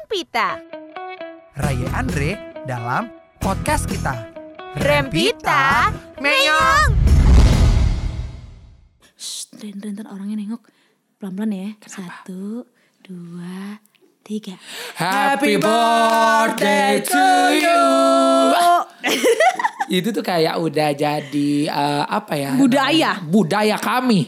Rempita. Raya Andre dalam podcast kita. Rempita Meong. Shh, Ren, Ren, ntar orangnya nengok. Pelan-pelan ya. Satu, dua, tiga. Happy birthday to you. Itu tuh kayak udah jadi eh, apa ya? Budaya. namanya? Budaya kami.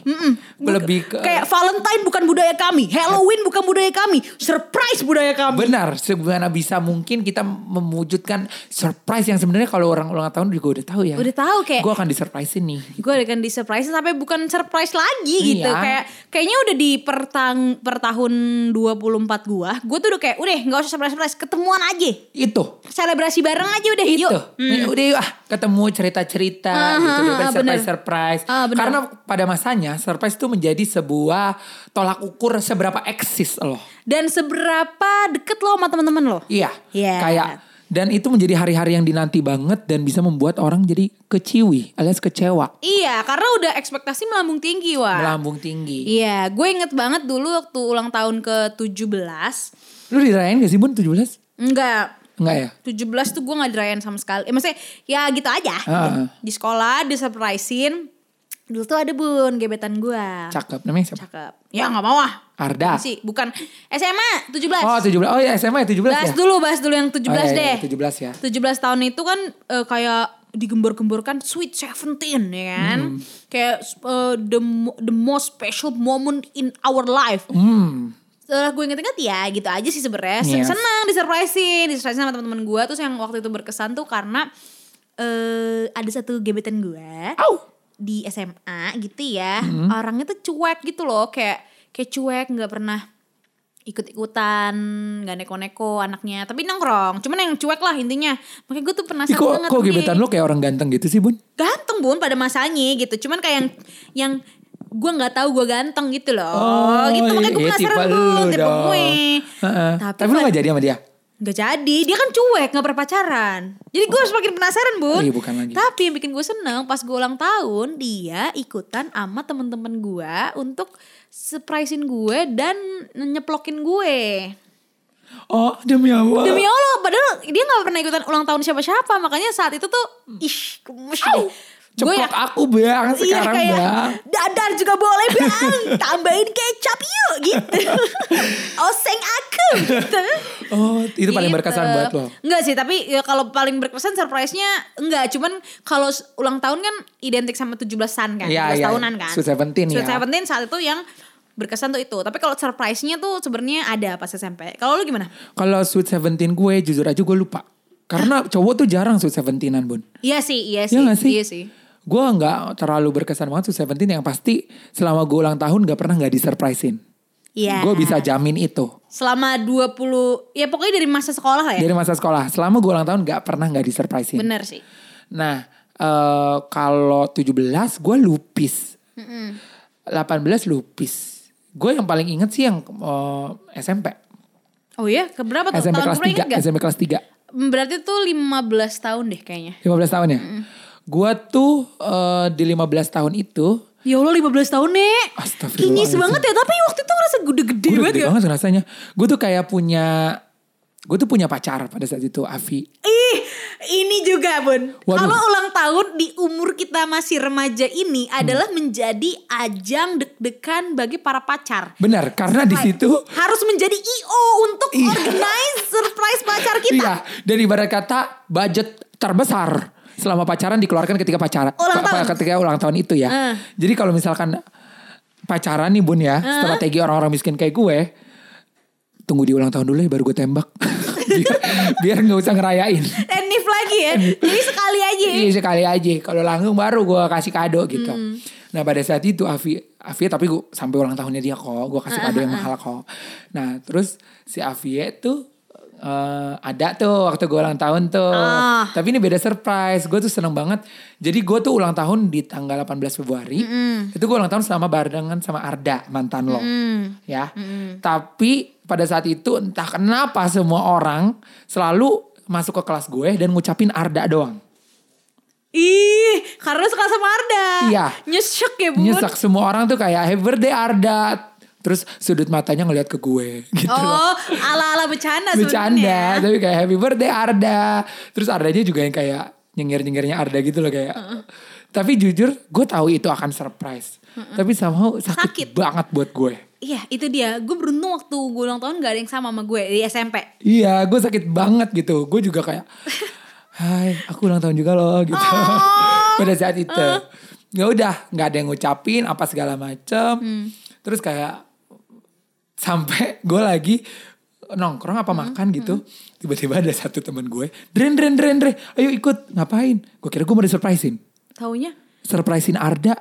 Lebih ke Kayak Valentine bukan budaya kami, Halloween bukan budaya kami, surprise budaya kami. benar sebagaimana bisa mungkin kita mewujudkan surprise yang sebenarnya kalau orang ulang tahun juga udah tahu ya. Udah tahu kayak- gue akan disurprise nih. Gue akan di surprise tapi bukan surprise lagi gitu. Iya. Kayak kayaknya udah di pertang per tahun 24 gua, gue tuh udah kayak udah nggak usah surprise-surprise, ketemuan aja. Itu. Selebrasi bareng aja udah Itu. yuk. Hmm. Ya Udah yuk ah, ketemu cerita-cerita gitu ah, daripada ah, bener. surprise-surprise. Ah, bener. Karena pada masanya surprise itu menjadi sebuah tolak ukur seberapa eksis loh. Dan seberapa deket lo sama teman-teman lo? Iya. Iya. Kayak dan itu menjadi hari-hari yang dinanti banget dan bisa membuat orang jadi keciwi alias kecewa, Iya, karena udah ekspektasi melambung tinggi, wah. melambung tinggi. Iya, gue inget banget dulu waktu ulang tahun ke-17. Lu dirayain gak sih Bun 17? Enggak, Enggak ya? 17 tuh gue gak dirayain sama sekali. Eh, maksudnya ya gitu aja. Heeh. Di sekolah, di surprisein. Dulu tuh ada bun, gebetan gue. Cakep namanya siapa? Cakep. Ya gak mau ah. Arda. Sih, bukan. SMA 17. Oh, 17. Oh ya SMA ya 17 bahas ya? dulu, bahas dulu yang 17 Oh, iya, iya, deh. 17 ya. 17 tahun itu kan eh, kayak digembor-gemborkan Sweet Seventeen ya kan. Hmm. Kayak eh, the, mo- the most special moment in our life. Hmm. Setelah gue inget-inget ya gitu aja sih sebenernya. Se- Yes. Senang disurprisein, disurprisein sama teman-teman gue. Terus yang waktu itu berkesan tuh karena eh ada satu gebetan gue Au. di SMA gitu ya. Mm-hmm. Orangnya tuh cuek gitu loh kayak kayak cuek nggak pernah ikut-ikutan, nggak neko-neko anaknya, tapi nongkrong. Cuman yang cuek lah intinya. Makanya gue tuh Ih, penasaran kok banget. kok nih. gebetan lu kayak orang ganteng gitu sih, Bun? Ganteng bun pada masanya gitu. Cuman kayak yang yang gue nggak tahu gue ganteng gitu loh. gitu makanya gue iya, penasaran tipe bun, lu tipe dong. gue. Heeh. Tapi, Tapi, lu gak jadi sama dia? Gak jadi, dia kan cuek, gak pernah pacaran. Jadi gue semakin penasaran bun. Oh, iya, bukan lagi. Tapi yang bikin gue seneng pas gue ulang tahun, dia ikutan sama temen-temen gue untuk surprisein gue dan nyeplokin gue. Oh, demi Allah. Demi Allah, padahal dia gak pernah ikutan ulang tahun siapa-siapa. Makanya saat itu tuh, ih, gemes deh. Gue ya- Ceplok aku bang sekarang iya, kayak, bang. Dadar juga boleh bang, tambahin kecap yuk gitu. Oseng aku gitu. Oh, itu paling Gitu. berkesan buat lo. Enggak sih, tapi ya kalau paling berkesan surprise-nya enggak, cuman kalau s- ulang tahun kan identik sama 17-an kan, 17 Iya, iya. tahunan kan. Sweet 17 ya. Sweet 17 saat itu yang berkesan tuh itu. Tapi kalau surprise-nya tuh sebenarnya ada pas SMP. Kalau lu gimana? Kalau Sweet Seventeen gue jujur aja gue lupa. Karena cowok tuh jarang Sweet Seventeenan bun. Iya sih, iya sih. Iya gak sih? Iya sih. Gue gak terlalu berkesan banget Sweet Seventeen yang pasti selama gue ulang tahun gak pernah gak disurprisein. Iya. Gue bisa jamin itu. Selama 20 ya pokoknya dari masa sekolah lah ya. Dari masa sekolah, selama gue ulang tahun gak pernah gak disurprisein. Bener sih. Nah, eh kalau 17 gue lupis. 18 lupis. Gue yang paling inget sih yang eh, SMP. Oh iya, ke berapa tuh? SMP tahun kelas berapa ingat 3, gak? SMP kelas 3. Berarti tuh 15 tahun deh kayaknya. 15 tahun ya? Gua tuh eh, di 15 tahun itu Ya Allah 15 tahun nek. Astagfirullahaladzim. Kinyis banget ya, tapi waktu itu ngerasa gede-gede gue udah banget gede ya. banget rasanya. Gue tuh kayak punya gue tuh punya pacar pada saat itu Avi. Ih, ini juga Bun. Waduh. Kalau ulang tahun di umur kita masih remaja ini Hmm. adalah menjadi ajang deg-degan bagi para pacar. Benar, karena di situ Harus menjadi IO untuk organize surprise pacar kita. iya, dari ibarat kata budget terbesar selama pacaran dikeluarkan ketika pacaran Ulang pa- pa- tahun. ketika ulang tahun itu Eh. ya. Jadi kalau misalkan pacaran nih Bun Ah. ya, strategi orang-orang miskin kayak gue tunggu di ulang tahun dulu ya baru gue tembak. biar biar nggak usah ngerayain. And if lagi ya. Jadi sekali aja. Eh, ya. Iya sekali aja. Kalau langsung baru gue kasih kado gitu. Nah pada saat itu Avi, Avi tapi gue sampai ulang tahunnya dia kok, gue kasih kado yang mahal kok. Nah terus si Avi tuh eh, ada tuh waktu gue ulang tahun tuh. Ah. Tapi ini beda surprise. Gue tuh seneng banget. Jadi gue tuh ulang tahun di tanggal 18 Februari. Itu gue ulang tahun sama barengan sama Arda mantan lo, ya. Tapi pada saat itu entah kenapa semua orang selalu masuk ke kelas gue dan ngucapin Arda doang. Ih, karena suka sama Arda. Iya. Nyesek ya Bun. nyesek semua orang tuh kayak happy birthday Arda terus sudut matanya ngelihat ke gue gitu Oh, loh. ya? ala-ala bercanda Bercanda, sebenarnya. tapi kayak happy birthday Arda. Terus Ardanya juga yang kayak nyengir-nyengirnya Arda gitu loh kayak. Tapi jujur gue tahu itu akan surprise. Tapi somehow Sakit. sakit, banget buat gue. Iya, itu dia. Gue beruntung waktu gue ulang tahun gak ada yang sama sama gue di SMP. Iya, gue sakit banget gitu. Gue juga kayak, Hai, aku ulang tahun juga loh gitu. Pada saat itu, ya udah, nggak ada yang ngucapin apa segala macem. Terus kayak sampai gue lagi nongkrong apa makan gitu, tiba-tiba ada satu temen gue, Dren, Dren, Dren, Dren, ayo ikut, ngapain? Gue kira gue mau disurprisein, Taunya surprisein Arda.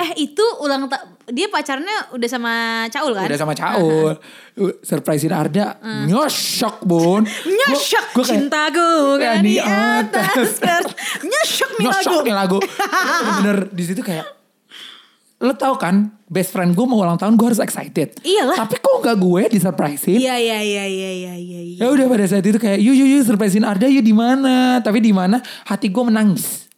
eh itu ulang ta- dia pacarnya udah sama Caul kan? Udah sama Caul Uh, Surprisein Arda Nyoshok bun Nyesek Gua- gua kayak- cintaku kan kayak di atas kertas. Nyesek nih lagu. Nyosok nih lagu. Bener di situ kayak lo tau kan best friend gue mau ulang tahun gue harus excited. Iyalah. Tapi kok nggak gue disurprisein? Iya iya iya iya iya iya. iya. Ya udah pada saat itu kayak yuk yuk yuk surprisein Arda yuk di mana? Tapi di mana hati gue menangis.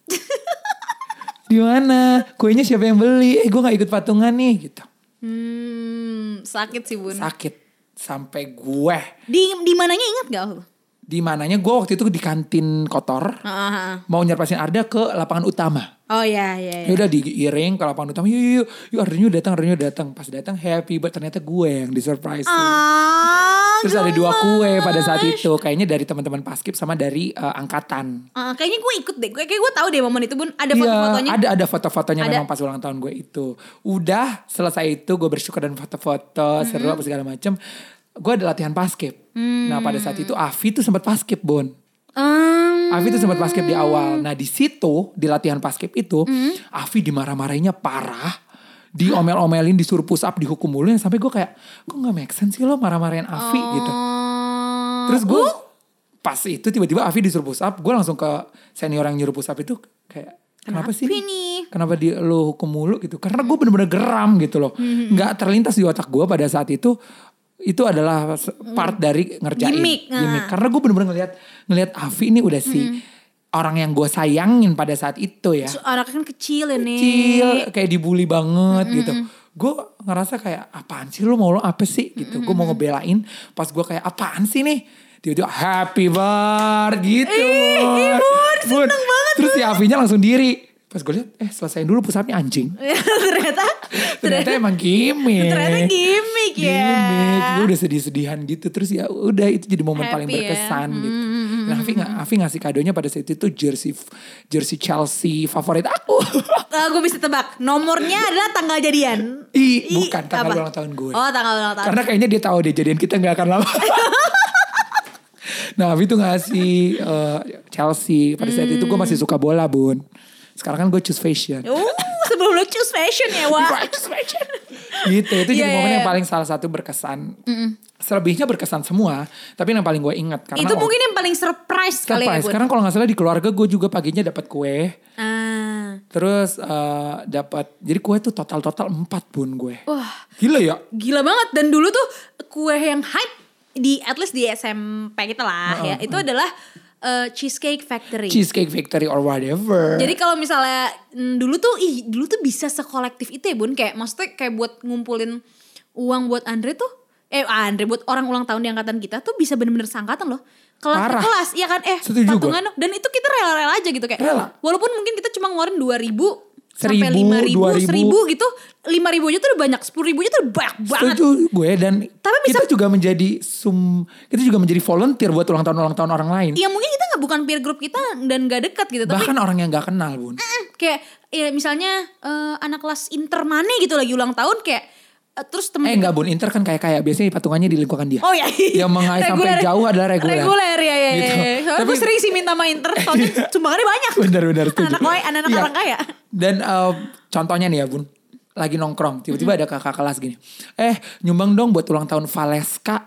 di mana? Kuenya siapa yang beli? Eh gue nggak ikut patungan nih gitu. Hmm, sakit sih bun. Sakit sampai gue Di di mananya ingat gak lu? di mananya gue waktu itu di kantin kotor Ah, ah, ah. mau nyerpasin Arda ke lapangan utama. Oh iya iya. Ya iya. udah diiring ke lapangan utama. Yuk yuk yuk. Yuk Ardenyu datang, Ardenyu datang. Pas datang happy but ternyata gue yang disurprise. Ah, Terus ada dua gemes. kue pada saat itu. Kayaknya dari teman-teman paskip sama dari eh, angkatan. Ah, kayaknya gue ikut deh. Gue kayak gue tahu deh momen itu bun. Ada Iya, foto-fotonya. ada ada foto-fotonya Ada. memang pas ulang tahun gue itu. Udah selesai itu gue bersyukur dan Mm-hmm. foto-foto seru apa segala macem. Gue ada latihan paskip. Nah pada saat itu Avi tuh sempat paskip Bon. Hmm, Avi tuh sempat paskip di awal. Nah di situ di latihan paskip itu Avi dimarah-marahinnya parah. Diomel-omelin, disuruh push up, dihukum mulu. Yang Sampai gue kayak, kok gak make sense sih lo marah-marahin Avi gitu. oh. Terus gue pas itu tiba-tiba Avi disuruh push up. Gue langsung ke senior yang nyuruh push up itu kayak, kenapa, sih? Kenapa nih? Kenapa di, lo hukum mulu gitu. Karena gue bener-bener geram gitu loh. Gak terlintas di otak gue pada saat itu. Itu adalah se- part dari ngerjain. Gimik, nah. Karena gue bener-bener ngeliat, ngeliat Avi ini udah si orang yang gue sayangin pada saat itu ya. Terus anaknya kan kecil ini. Iya. Kecil, kayak dibully banget gitu. Gue ngerasa kayak apaan sih lu mau lo apa sih gitu. Gue mau ngebelain pas gue kayak apaan sih nih. Tiba-tiba happy bar gitu. ih, Bun, Bun. seneng banget, Terus si Avinya langsung diri. Pas gue liat, eh selesain dulu pusatnya anjing. ternyata Ternyata emang gimmick. ternyata gimmick ya. Gimmick. Gue udah sedih-sedihan gitu. Terus ya udah itu jadi momen Happy paling ya. berkesan gitu. Nah, Avi, nga- Avi ngasih kadonya pada saat itu jersey jersey Chelsea favorit aku. gue Eh, bisa tebak. Nomornya adalah tanggal jadian. I, bukan tanggal apa? ulang tahun gue. Oh, tanggal ulang tahun. Karena kayaknya dia tahu deh jadian kita nggak akan lama. nah, Avi tuh ngasih eh, Chelsea pada saat itu gue masih Hmm. suka bola, Bun. Sekarang kan gue choose fashion. Uh, sebelum lu choose fashion ya, wah. gitu itu Iya, jadi momen iya. yang paling salah satu berkesan selebihnya berkesan semua tapi yang paling gue ingat karena Itu oh, mungkin yang paling surprise, kali ya, surprise Bun. karena kalau nggak salah di keluarga gue juga paginya dapat kue Ah. terus eh, dapat jadi kue tuh total total empat pun gue Wah, gila ya gila banget dan dulu tuh kue yang hype di at least di SMP kita lah ya. Itu adalah eh, Cheesecake Factory. cheesecake factory or whatever Jadi kalau misalnya mm, dulu tuh ih dulu tuh bisa sekolektif itu ya Bun kayak maksudnya kayak buat ngumpulin uang buat Andre tuh eh Andre buat orang ulang tahun di angkatan kita tuh bisa bener-bener sangkatan loh. Kelas per Parah. kelas iya kan eh Setuju gua. patungan dan itu kita rela-rela aja gitu kayak. Rela. Walaupun mungkin kita cuma ngeluarin 2000 sampai Seribu, 5000 1000 2000. gitu. 5000 aja tuh udah banyak, 10000 aja tuh udah banyak banget. Setuju gue dan Tapi bisa- kita juga menjadi sum kita juga menjadi volunteer buat ulang tahun ulang tahun orang lain Ya mungkin kita nggak bukan peer group kita dan gak dekat gitu tapi bahkan orang yang nggak kenal bun kayak ya misalnya eh, anak kelas inter mana gitu lagi ulang tahun kayak eh, terus temen eh nggak bun inter kan kayak kayak biasanya patungannya di lingkungan dia oh ya yang mengais sampai jauh adalah reguler. reguler ya ya, ya, Gitu. ya. soalnya Tapi- gue sering sih minta sama inter soalnya sumbangannya banyak Benar-benar setuju. anak koi anak anak Iya. orang kaya Dan eh, contohnya nih ya bun, lagi nongkrong, tiba-tiba ada kakak kelas gini, eh nyumbang dong buat ulang tahun Valeska,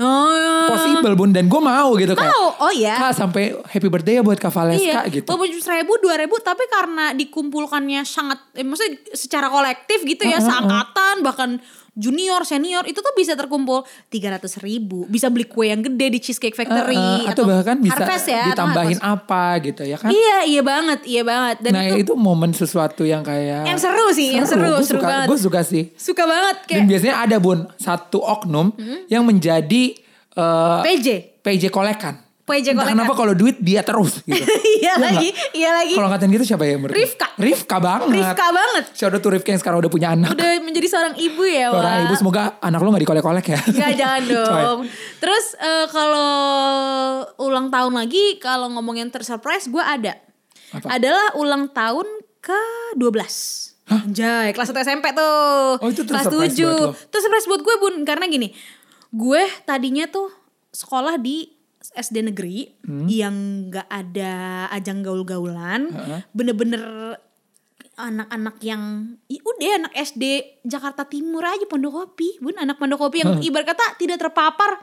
oh possible bun, dan gue mau gitu kayak, Mau, oh iya. Kak sampai happy birthday ya buat kak Valeska iya gitu. walaupun seribu dua ribu tapi karena dikumpulkannya sangat eh, maksudnya secara kolektif gitu ya seangkatan bahkan junior, senior itu tuh bisa terkumpul 300 ribu. Bisa beli kue yang gede di Cheesecake Factory. Eh, eh, atau bahkan bisa Harvest ya, atau ditambahin Harvest. apa gitu ya kan. Iya, iya banget, iya banget. Dan nah itu, itu, momen sesuatu yang kayak yang seru sih, yang seru, Gue seru suka, banget. gue suka sih. Suka banget kayak Dan biasanya ada bun satu oknum Hmm. yang menjadi eh, PJ. PJ kolekan. PJ Entah kolekan. kenapa kalau duit dia terus gitu. Iya lagi, iya lagi. Kalau ngatain gitu siapa ya menurut? lu? Rifka. Rifka banget. Rifka banget. Shout out to Rifka yang sekarang udah punya anak. Udah menjadi seorang ibu ya, Wak. Seorang ibu semoga anak lo gak dikolek-kolek ya. Enggak Iya, jangan Coy. dong. Terus eh, kalau ulang tahun lagi kalau ngomongin tersurprise gue ada. Apa? Adalah ulang tahun ke-12. Anjay, kelas 1 SMP tuh. Oh, itu kelas 7. tersurprise buat lo. Tersurprise buat gue, Bun, karena gini. Gue tadinya tuh sekolah di SD negeri yang nggak ada ajang gaul-gaulan, bener-bener anak-anak yang i- udah anak SD Jakarta Timur aja Pondok Kopi, bun anak Pondok Kopi yang ibarat kata tidak terpapar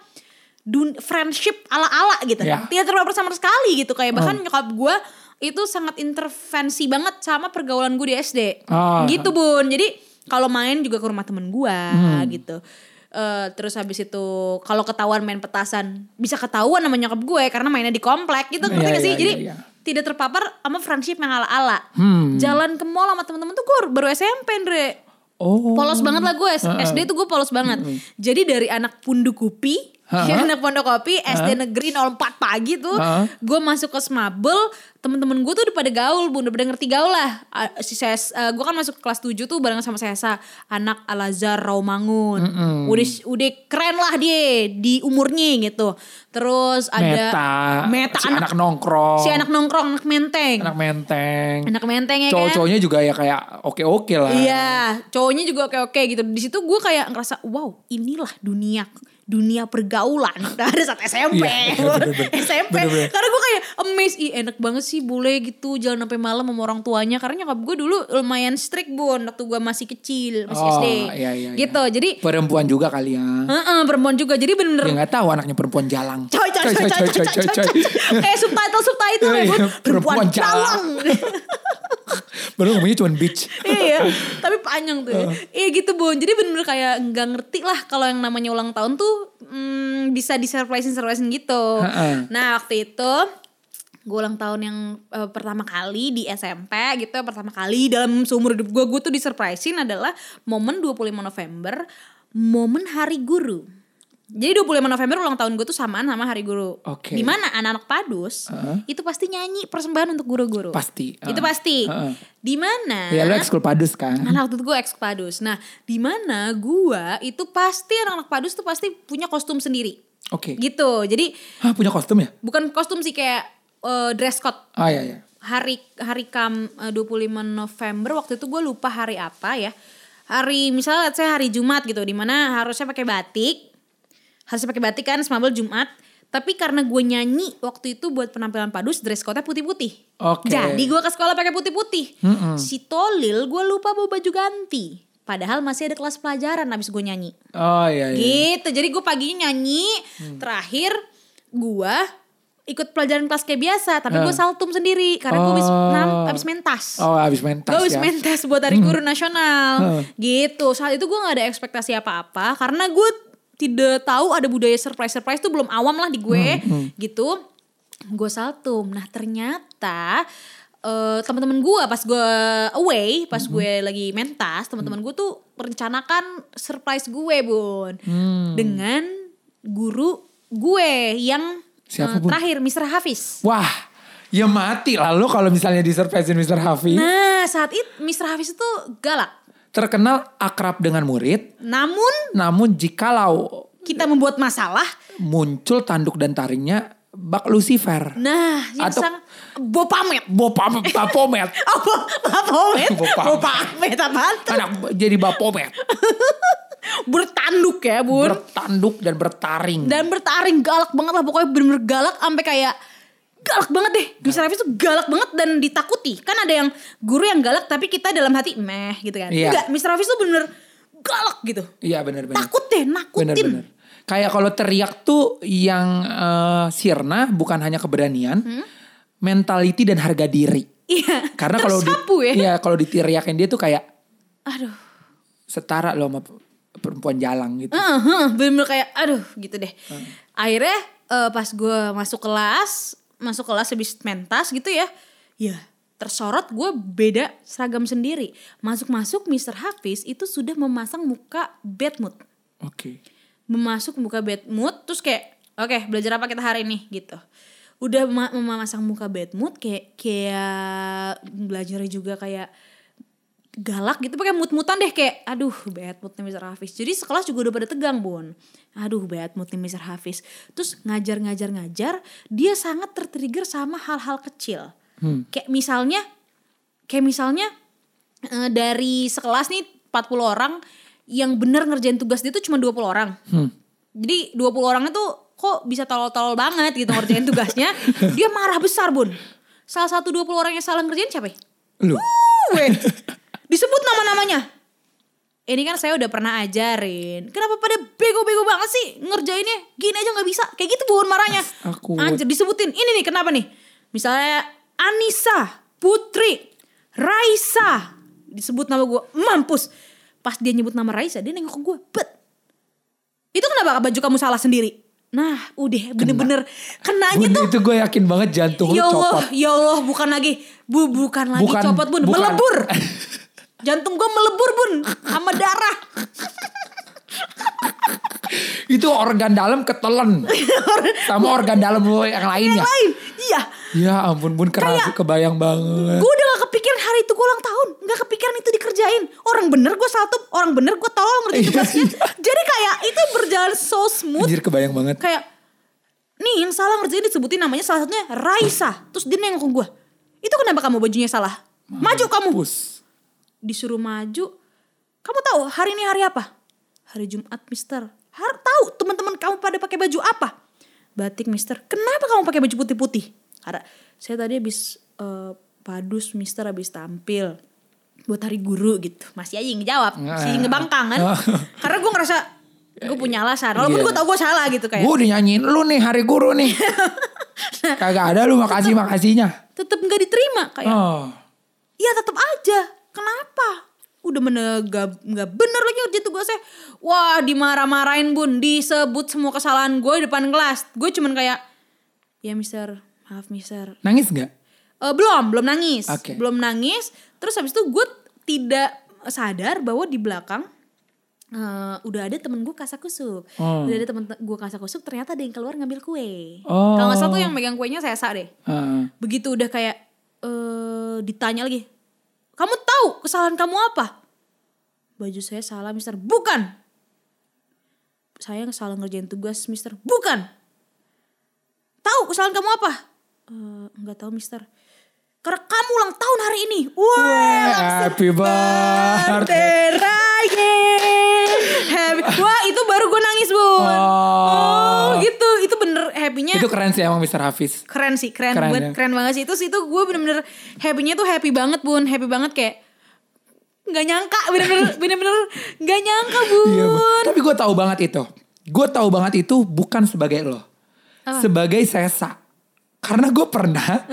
dun friendship ala-ala gitu, Ya. tidak terpapar sama sekali gitu kayak bahkan nyokap gue itu sangat intervensi banget sama pergaulan gue di SD, Ah. gitu bun. Jadi kalau main juga ke rumah temen gue Hmm. gitu. Eh, terus habis itu kalau ketahuan main petasan bisa ketahuan sama nyokap gue karena mainnya di komplek gitu ngerti Iya, gak sih? iya, Jadi iya, Hmm. iya. tidak terpapar sama friendship yang ala-ala. Jalan ke mall sama temen-temen tuh gue baru SMP, Andre. Oh. Polos banget lah gue, SD tuh gue polos banget. Jadi dari anak pundu kupi, Ha-ha. anak pondok kopi, SD negeri 04 pagi tuh, Ha-ha. gue masuk ke Smabel, temen-temen gue tuh udah pada gaul, bun, udah pada ngerti gaul lah. Ah, Si Ses, eh, gue kan masuk ke kelas 7 tuh bareng sama Sesa, anak Alazar Raumangun. Udah, udah keren lah dia di umurnya gitu. Terus ada Meta. Meta si anak, anak, nongkrong. si anak nongkrong, anak menteng. Anak menteng. Anak menteng ya kan? Cowok-cowoknya juga ya kayak oke-oke lah. Iya, cowoknya juga oke-oke gitu. Di situ gue kayak ngerasa, wow, inilah dunia dunia pergaulan dari saat SMP, Iya, bener-bener. SMP. Bener-bener. Karena gue kayak amazed, ih enak banget sih bule gitu jalan sampai malam sama orang tuanya. Karena nyokap gue dulu lumayan strict bun, waktu gue masih kecil, masih Oh, SD, iya, iya, gitu. Jadi, Perempuan juga kali ya. heeh, perempuan juga. Jadi bener-bener Ya nggak tahu anaknya perempuan jalang. coy coy coy coy coy coy coy coy. kayak subtitle subtitle ya Iya, bun iya, perempuan perempuan jalang Baru ngomongnya cuma bitch. iya tapi panjang tuh ya. iya gitu bun jadi bener-bener kayak nggak ngerti lah kalau yang namanya ulang tahun tuh hmm, bisa disurprisein surprisein gitu Heeh. nah waktu itu gue ulang tahun yang eh, pertama kali di SMP gitu pertama kali dalam seumur hidup gue gue tuh disurprisein adalah momen 25 November momen hari guru jadi 25 November ulang tahun gue tuh samaan sama Hari Guru. Di Oke. mana anak-anak Padus itu pasti nyanyi persembahan untuk guru-guru. Pasti, Itu heeh. pasti. Heeh. Di mana? Ya lu ekskul padus kan. Karena waktu itu gue ex Padus. Nah, di mana gua itu pasti anak-anak Padus tuh pasti punya kostum sendiri. Oke. Gitu. Jadi Hah punya kostum ya? bukan kostum sih kayak eh, dress code. Ah ya ya. Hari hari Kam eh, 25 November waktu itu gue lupa hari apa ya. Hari misalnya let's say hari Jumat gitu di mana harusnya pakai batik. Harusnya pakai batik kan semabel Jumat. Tapi karena gue nyanyi waktu itu buat penampilan Padus dress code-nya putih-putih. Oke. Jadi gue ke sekolah pakai putih-putih. Si Tolil gue lupa bawa baju ganti. Padahal masih ada kelas pelajaran abis gue nyanyi. Oh ya ya. Gitu. Jadi gue paginya nyanyi. Hmm. Terakhir gue ikut pelajaran kelas kayak biasa. Tapi gue Ah. saltum sendiri. Karena gue abis, Oh. nam- abis main tas. Oh habis main tas Gue habis ya. main tes buat hari guru nasional Heeh. gitu. Saat itu gue gak ada ekspektasi apa-apa karena gue tidak tahu ada budaya surprise-surprise tuh belum awam lah di gue Hmm, gitu. Gue saltum. Nah ternyata eh, teman-teman gue pas gue away, pas Hmm. gue lagi mentas, teman-teman gue tuh merencanakan surprise gue bun Hmm. dengan guru gue yang eh, Siapa, Bun? terakhir Mr. Hafiz. Wah. Ya mati lah lu kalau misalnya di surprisein Mr. Hafiz. Nah saat itu Mr. Hafiz itu galak. Terkenal akrab dengan murid. Namun Namun jikalau kita membuat masalah. muncul tanduk dan taringnya bak Lucifer. Nah, yang Atau- sang Bopamet. Bopam, bapomet. Apa? Bopamet? Bopamet. Bopamet apaan tuh? Anak jadi bapomet. Bertanduk ya, Bun. Bertanduk dan bertaring. Dan bertaring galak banget lah pokoknya bener-bener galak sampai kayak galak banget deh. Mr. Hafiz tuh galak banget dan ditakuti. Kan ada yang guru yang galak tapi kita dalam hati meh gitu kan. Iya. Enggak, Mr. Hafiz tuh bener galak gitu. Iya benar-benar. Takut deh, nakutin. Bener-bener. Kayak kalau teriak tuh yang eh, sirna bukan hanya keberanian, Hmm? mentality dan harga diri. Iya. Karena kalau di, Tersapu ya. iya kalau ditiriakin dia tuh kayak Aduh. setara loh sama perempuan jalang gitu. Heeh, bener kayak aduh gitu deh. Akhirnya eh, pas gue masuk kelas, masuk kelas habis mentas gitu ya. Ya tersorot gue beda seragam sendiri. Masuk-masuk Mr. Hafiz itu sudah memasang muka bad mood. Oke. Memasuk muka bad mood terus kayak oke belajar apa kita hari ini gitu. Udah ma- memasang muka bad mood kayak kayak belajarnya juga kayak galak gitu pakai mut-mutan deh kayak aduh bad mood nih Mr. Hafiz. Jadi sekelas juga udah pada tegang Bun. Aduh bad mood nih Mr. Hafiz. Terus ngajar-ngajar-ngajar dia sangat tertrigger sama hal-hal kecil. Kayak misalnya kayak misalnya eh, dari sekelas nih 40 orang yang bener ngerjain tugas dia tuh cuma 20 orang. Jadi 20 orangnya tuh kok bisa tolol-tolol banget gitu ngerjain tugasnya. dia marah besar Bun. Salah satu 20 orang yang salah ngerjain siapa? ya? Lu. gue disebut nama-namanya ini kan saya udah pernah ajarin kenapa pada bego-bego banget sih ngerjainnya gini aja nggak bisa kayak gitu bukan marahnya Aku- anjir disebutin ini nih kenapa nih misalnya Anissa Putri Raisa disebut nama gue mampus pas dia nyebut nama Raisa dia nengok ke gue bet itu kenapa baju kamu salah sendiri nah udah bener-bener kenanya Bun, tuh itu gue yakin banget jantung lu ya Allah, copot. ya Allah, bukan lagi, bu, bukan lagi Bukan- copot bun, bukan. melebur. Jantung gue melebur bun, sama darah. Itu organ dalam ketelen. Sama organ dalam lu yang lainnya. Lain, iya. Ya ampun bun keras kebayang banget. Gue udah gak kepikiran hari itu gue ulang tahun, gak kepikiran itu dikerjain. Orang bener gue satu, orang bener gue tolong ngerjain Iya, tugasnya. iya. Jadi kayak itu berjalan so smooth, Anjir kebayang banget. kayak nih yang salah ngerjain disebutin namanya salah satunya Raisa. Terus dia nengok gue, itu kenapa kamu bajunya salah? Maju kamu. Pus. disuruh maju. Kamu tahu hari ini hari apa? Hari Jumat, Mister. Har tahu teman-teman kamu pada pakai baju apa? Batik, Mister. Kenapa kamu pakai baju putih-putih? Karena saya tadi habis eh, padus, Mister habis tampil buat hari guru gitu. Masih aja ngejawab, masih Nah. ngebangkang kan? Karena gue ngerasa gue punya alasan. Walaupun Iya. gue tau gue salah gitu kayak. Nah, Gue udah nyanyiin lu nih hari guru nih. Kagak ada lu makasih makasihnya. Tetep nggak diterima kayak. Oh. Iya tetap aja. Kenapa? Udah bener gak, nggak bener lagi ngerjain tugasnya. Wah dimarah-marahin bun. Disebut semua kesalahan gue di depan kelas. Gue cuman kayak. Ya mister. Maaf mister. Nangis nggak? Eh, belum. Belum nangis. Oke. Belum nangis. Terus habis itu gue tidak sadar bahwa di belakang. eh, udah ada temen gue kasak kusuk Hmm. Udah ada temen te- gue kasak kusuk Ternyata ada yang keluar ngambil kue Oh. Kalau gak salah tuh yang megang kuenya saya deh Heeh. begitu udah kayak eh ditanya lagi kamu tahu kesalahan kamu apa baju saya salah mister bukan saya salah ngerjain tugas mister bukan tahu kesalahan kamu apa "Eh, nggak tahu mister karena kamu ulang tahun hari ini wah Happy birthday. Raya happy wah itu baru gue nangis bun oh Oh. gitu itu bener happynya Itu keren sih emang Mr. Hafiz. keren sih keren Keren buat ya. keren banget sih itu itu gue bener-bener happy-nya tuh happy banget bun happy banget kayak nggak nyangka bener-bener bener-bener nggak nyangka bun Iya, Bu. tapi gue tahu banget itu. Gue tahu banget itu bukan sebagai lo, sebagai sesa. Karena gue pernah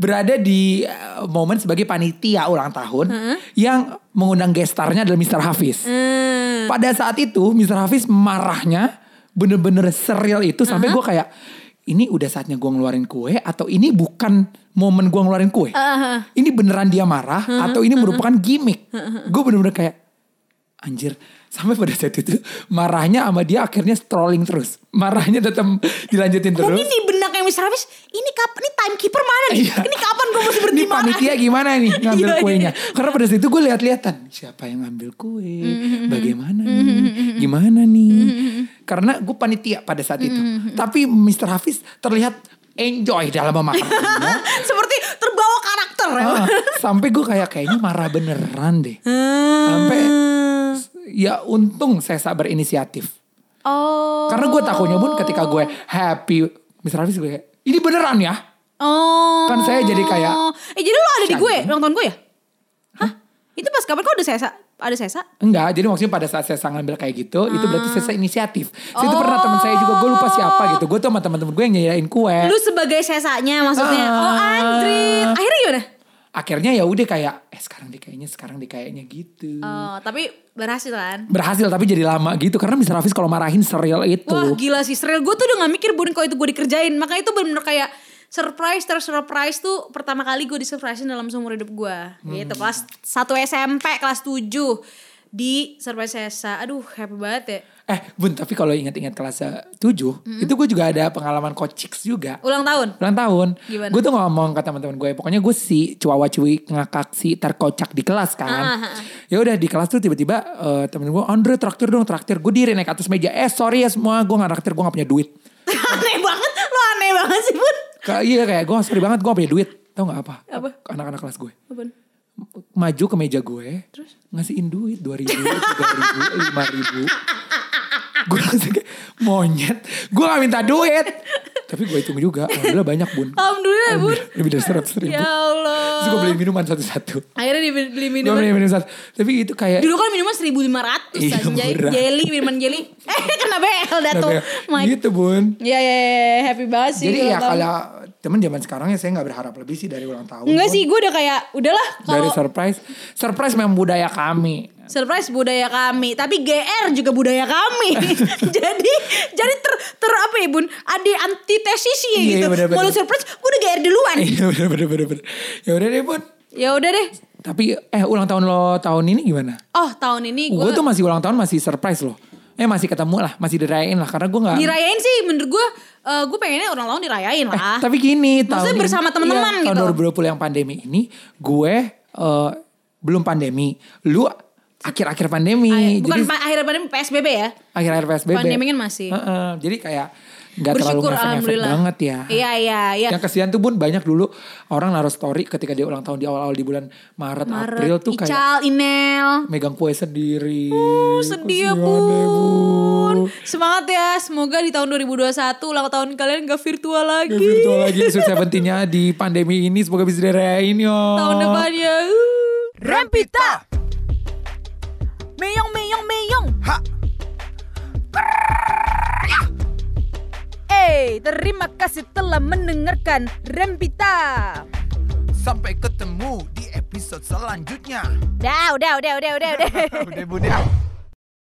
berada di eh, momen sebagai panitia ulang tahun yang mengundang gestarnya adalah Mr. Hafiz. Eh. Pada saat itu Mr. Hafiz marahnya bener-bener serial itu sampai gue kayak ini udah saatnya gue ngeluarin kue atau ini bukan momen gue ngeluarin kue. Ini beneran dia marah atau ini merupakan gimmick. Gue bener-bener kayak Anjir, sampai pada saat itu marahnya sama dia akhirnya strolling terus. Marahnya tetap dilanjutin mungkin terus. di benaknya Mr. Hafiz ini kapan ini timekeeper mana nih Iya. ini kapan gue mesti berhenti Ini marah? panitia ya? gimana nih ngambil Iya, iya. kuenya? Karena pada saat itu gue lihat-lihatan siapa yang ngambil kue, Mm-hmm, bagaimana nih, gimana nih? Karena gue panitia pada saat itu. Mm-hmm, Tapi Mr. Hafiz terlihat enjoy dalam memakan. seperti terbawa karakter ya. Ah, sampai gue kayak kayaknya marah beneran deh. Sampai ya untung saya sabar inisiatif. oh Karena gue takutnya pun ketika gue happy, Mr. Hafiz gue kayak, ini beneran ya? oh Kan saya jadi kayak- eh jadi lo ada di gue Siapa? nonton gue ya hah itu pas kapan kok ada sesa ada sesa Enggak, jadi maksudnya pada saat saya ngambil kayak gitu, itu berarti saya inisiatif. So, Itu pernah teman saya juga, gue lupa siapa gitu. Gue tuh sama teman-teman gue yang nyanyain kue. lu sebagai sesanya maksudnya Ah. oh Andri akhirnya gimana akhirnya ya udah kayak eh sekarang deh kayaknya sekarang deh kayaknya gitu Oh, tapi berhasil kan? berhasil tapi jadi lama gitu karena Mr. Hafiz kalau marahin serial itu Wah gila sih Sril Gue tuh udah gak mikir Bun kalau itu gue dikerjain Makanya itu bener-bener kayak Surprise ter surprise tuh pertama kali gue disurprisein dalam seumur hidup gue Gitu kelas 1 SMP kelas 7 Di surprise Sesa Aduh happy banget ya eh bun tapi kalau ingat-ingat kelas 7 itu gue juga ada pengalaman kociks juga Ulang tahun ulang tahun Gimana? gue tuh ngomong ke teman-teman gue pokoknya gue si cuawa cuwi ngakak si terkocak di kelas Ah, kan ya udah di kelas tuh tiba-tiba eh, temen gue Andre traktir dong traktir gue diri naik atas meja eh sorry ya semua gue nggak traktir gue nggak punya duit Aneh banget Lo aneh banget sih Bun Kayak iya kayak gue sorry banget gue gak punya duit tau nggak apa Apa? anak-anak kelas gue Apaan? maju ke meja gue ngasihin duit dua ribu tiga ribu lima ribu gue langsung kayak monyet gue gak minta duit tapi gue hitung juga alhamdulillah banyak bun Alhamdulillah ya, Bun lebih dari seratus ribu Ya terus gue Allah beli minuman satu-satu Akhirnya dibeli gue minuman beli minuman satu tapi itu kayak Dulu kan minuman 1500 Iya, anjay murah. Jelly, minuman jelly Eh kena BL dah tuh Oh My ya? gitu bun Ya ya ya happy banget sih jadi ya ulang tahun. kalau temen zaman sekarang ya saya nggak berharap lebih sih dari ulang tahun Enggak Bun. sih gue udah kayak udahlah dari kalau surprise surprise memang budaya kami surprise budaya kami tapi GR juga budaya kami jadi jadi ter, ter apa ya bun ada antitesis ya Iya, gitu bener-bener. mau lu surprise gue udah GR duluan iya bener bener bener bener ya udah deh bun ya udah deh Tapi eh ulang tahun lo tahun ini gimana? oh tahun ini Gue gue tuh masih ulang tahun masih surprise loh. Eh masih ketemu lah, masih dirayain lah karena gue nggak. dirayain sih menurut gue gue pengennya orang tahun dirayain Eh, lah tapi gini Ah. Maksudnya tahun bersama teman-teman iya, gitu. Tahun 2020 yang pandemi ini gue eh, belum pandemi. Lu akhir-akhir pandemi. Ay- Ah, ya, bukan jadi pa- akhirnya pandemi PSBB ya akhir-akhir PSBB. pandemi kan masih. Heeh, jadi kayak nggak terlalu bersyukur ngefek alhamdulillah banget ya. iya iya iya Yang kesian tuh bun banyak dulu orang naruh story ketika dia ulang tahun di awal-awal di bulan Maret, Maret, April tuh kayak Ical, Inel megang kue sendiri. Uh, sedih ya Kesian bun. deh, Bun. Semangat ya. Semoga di tahun 2021 ulang tahun kalian gak virtual lagi. Gak virtual lagi Sweet Seventeen-nya di pandemi ini semoga bisa dirayain yo. Tahun depan ya. Uh. Rempita, Meyong meyong meyong. eh terima kasih telah mendengarkan Rempita. Sampai ketemu di episode selanjutnya. Dah, udah, udah, udah, udah, udah. Udah bunda.